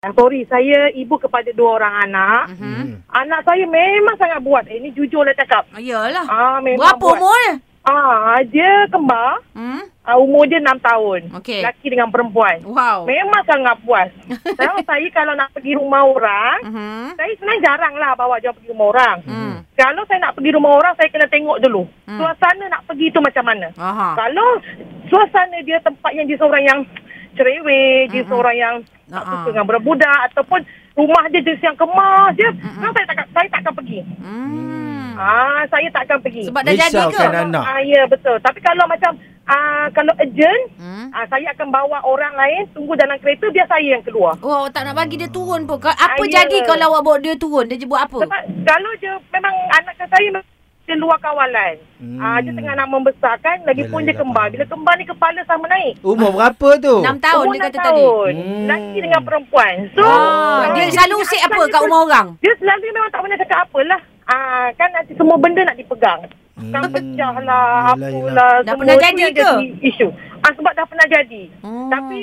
Ah, sorry, saya ibu kepada dua orang anak. Mhm. Hmm. Anak saya memang sangat buat. Eh, ini jujur lah cakap. Ayolah. Ah, memang Hmm. Berapa buat. umur dia? Ah, dia kembar. Hmm? Ah, umur dia 6 tahun. Okey. Oh. Laki dengan perempuan. Wow. Memang sangat puas. Sekarang saya kalau nak pergi rumah orang, Mhm. saya sebenarnya jarang lah bawa dia pergi rumah orang. Hmm. Kalau saya nak pergi rumah orang, saya kena tengok dulu. Hmm. Suasana nak pergi tu macam mana. Aha. Kalau suasana dia tempat yang dia seorang yang cerewet, dia Mm-mm. seorang yang tak Ah-ah. suka dengan budak-budak ataupun rumah dia jenis yang kemas je, memang saya tak saya takkan pergi. Hmm. Ah, saya takkan pergi. Sebab dah jadi ke? Risaukan anak. Ah, ya betul. Tapi kalau macam ah, kalau urgent, Hmm. ah, saya akan bawa orang lain tunggu dalam kereta biar saya yang keluar. Oh, tak nak bagi dia turun pun. Ka- Apa Ayolah. jadi kalau awak bawa dia turun? Dia buat apa? Ah, Sebab kalau dia memang anak saya dia luar kawalan. Hmm. Ah, dia tengah nak membesarkan lagipun dia Yelah, yelah, kembar. faham. Bila kembar ni kepala sama naik. Umur berapa tu? 6 tahun Umur dia enam kata tahun. tadi. Hmm. Laki dengan perempuan. So, Oh, dia selalu usik apa kat rumah orang? Dia selalu memang tak pernah cakap apalah. Ah, kan nanti semua benda nak dipegang. Kan Hmm. pecah lah, Yelah, apalah. Dah semua pernah tu jadi yang ke? jadi Isu. Ah, sebab dah pernah jadi. Hmm. Tapi,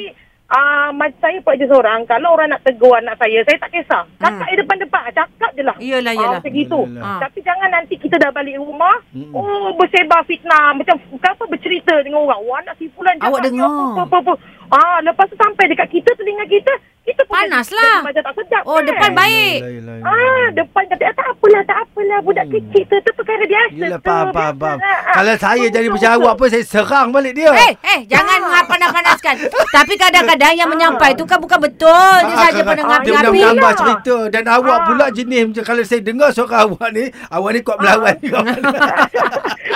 ah, macam saya buat je seorang. Kalau orang nak tegur anak saya, saya tak kisah. Hmm. Cakap je depan-depan. Cakap je lah. Yelah, yelah. Ah, macam gitu. Yelah, yelah. Tapi jangan nanti kita dah balik rumah, Mm-mm. oh bersebar fitnah. Macam kenapa bercerita dengan orang. Wah nak si fulan Awak cakap ni dengar. Apa, apa, apa, apa. Ah, lepas tu sampai dekat kita, telinga kita, kita pun Panas jadi- lah. jadi Macam tak sedap Oh, kan? depan baik. Yelah, yelah, yelah. Ah, depan kata, ah, tak apalah, tak apalah. Budak Hmm. kecil tu, tu perkara biasa Yelah, tu. faham, faham, faham. biasalah. Ah, Kalau saya betul, jadi betul, macam betul. awak pun, saya serang balik dia. Eh, eh, Ah. jangan mengapanas-panaskan. Tapi kadang-kadang yang menyampai tu kan bukan betul. Dia Ah, saja kan, mendengar Dia dah mengapi. api gambar Yelah. cerita Dan awak Ah. pula jenis macam Kalau saya dengar suara awak ni Awak ni Ah. kuat melawan juga.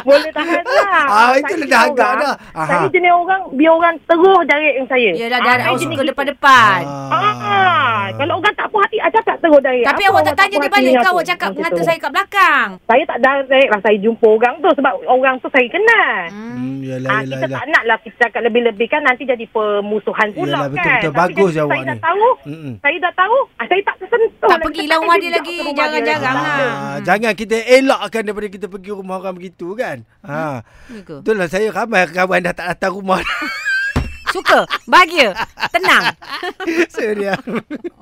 Boleh tahan lah. Ah, itu Saya dah jenis agak orang- dah. Aha. Saya jenis orang, biar orang terus direct dengan saya. Yelah, Ah, dah saya awak jenis suka gitu. depan-depan. Ah, kalau orang tak puas hati, ah, cakap terus dari. Tapi awak tak tanya dia balik. Kau awak cakap mengata saya kat belakang. Saya tak direct lah. Saya jumpa orang tu sebab orang tu saya kenal. Hmm, yelah, Ah, yelah, kita yelah. tak nak lah kita cakap lebih-lebih kan nanti jadi permusuhan pula Yelah, kan. betul-betul. Tapi Bagus Hmm. jadi awak saya ni. dah tahu, Mm-mm. saya dah tahu, ah, saya tak tersentuh. Tak lagi. pergilah Saya rumah tak dia pergi lagi. ke rumah dia Jangan-jangan lagi. lah. Ah, Jangan kita elakkan daripada kita pergi rumah orang begitu kan. Ha. Ni ke? Itulah saya ramai kawan dah tak datang rumah. Suka, bahagia, tenang. Serius.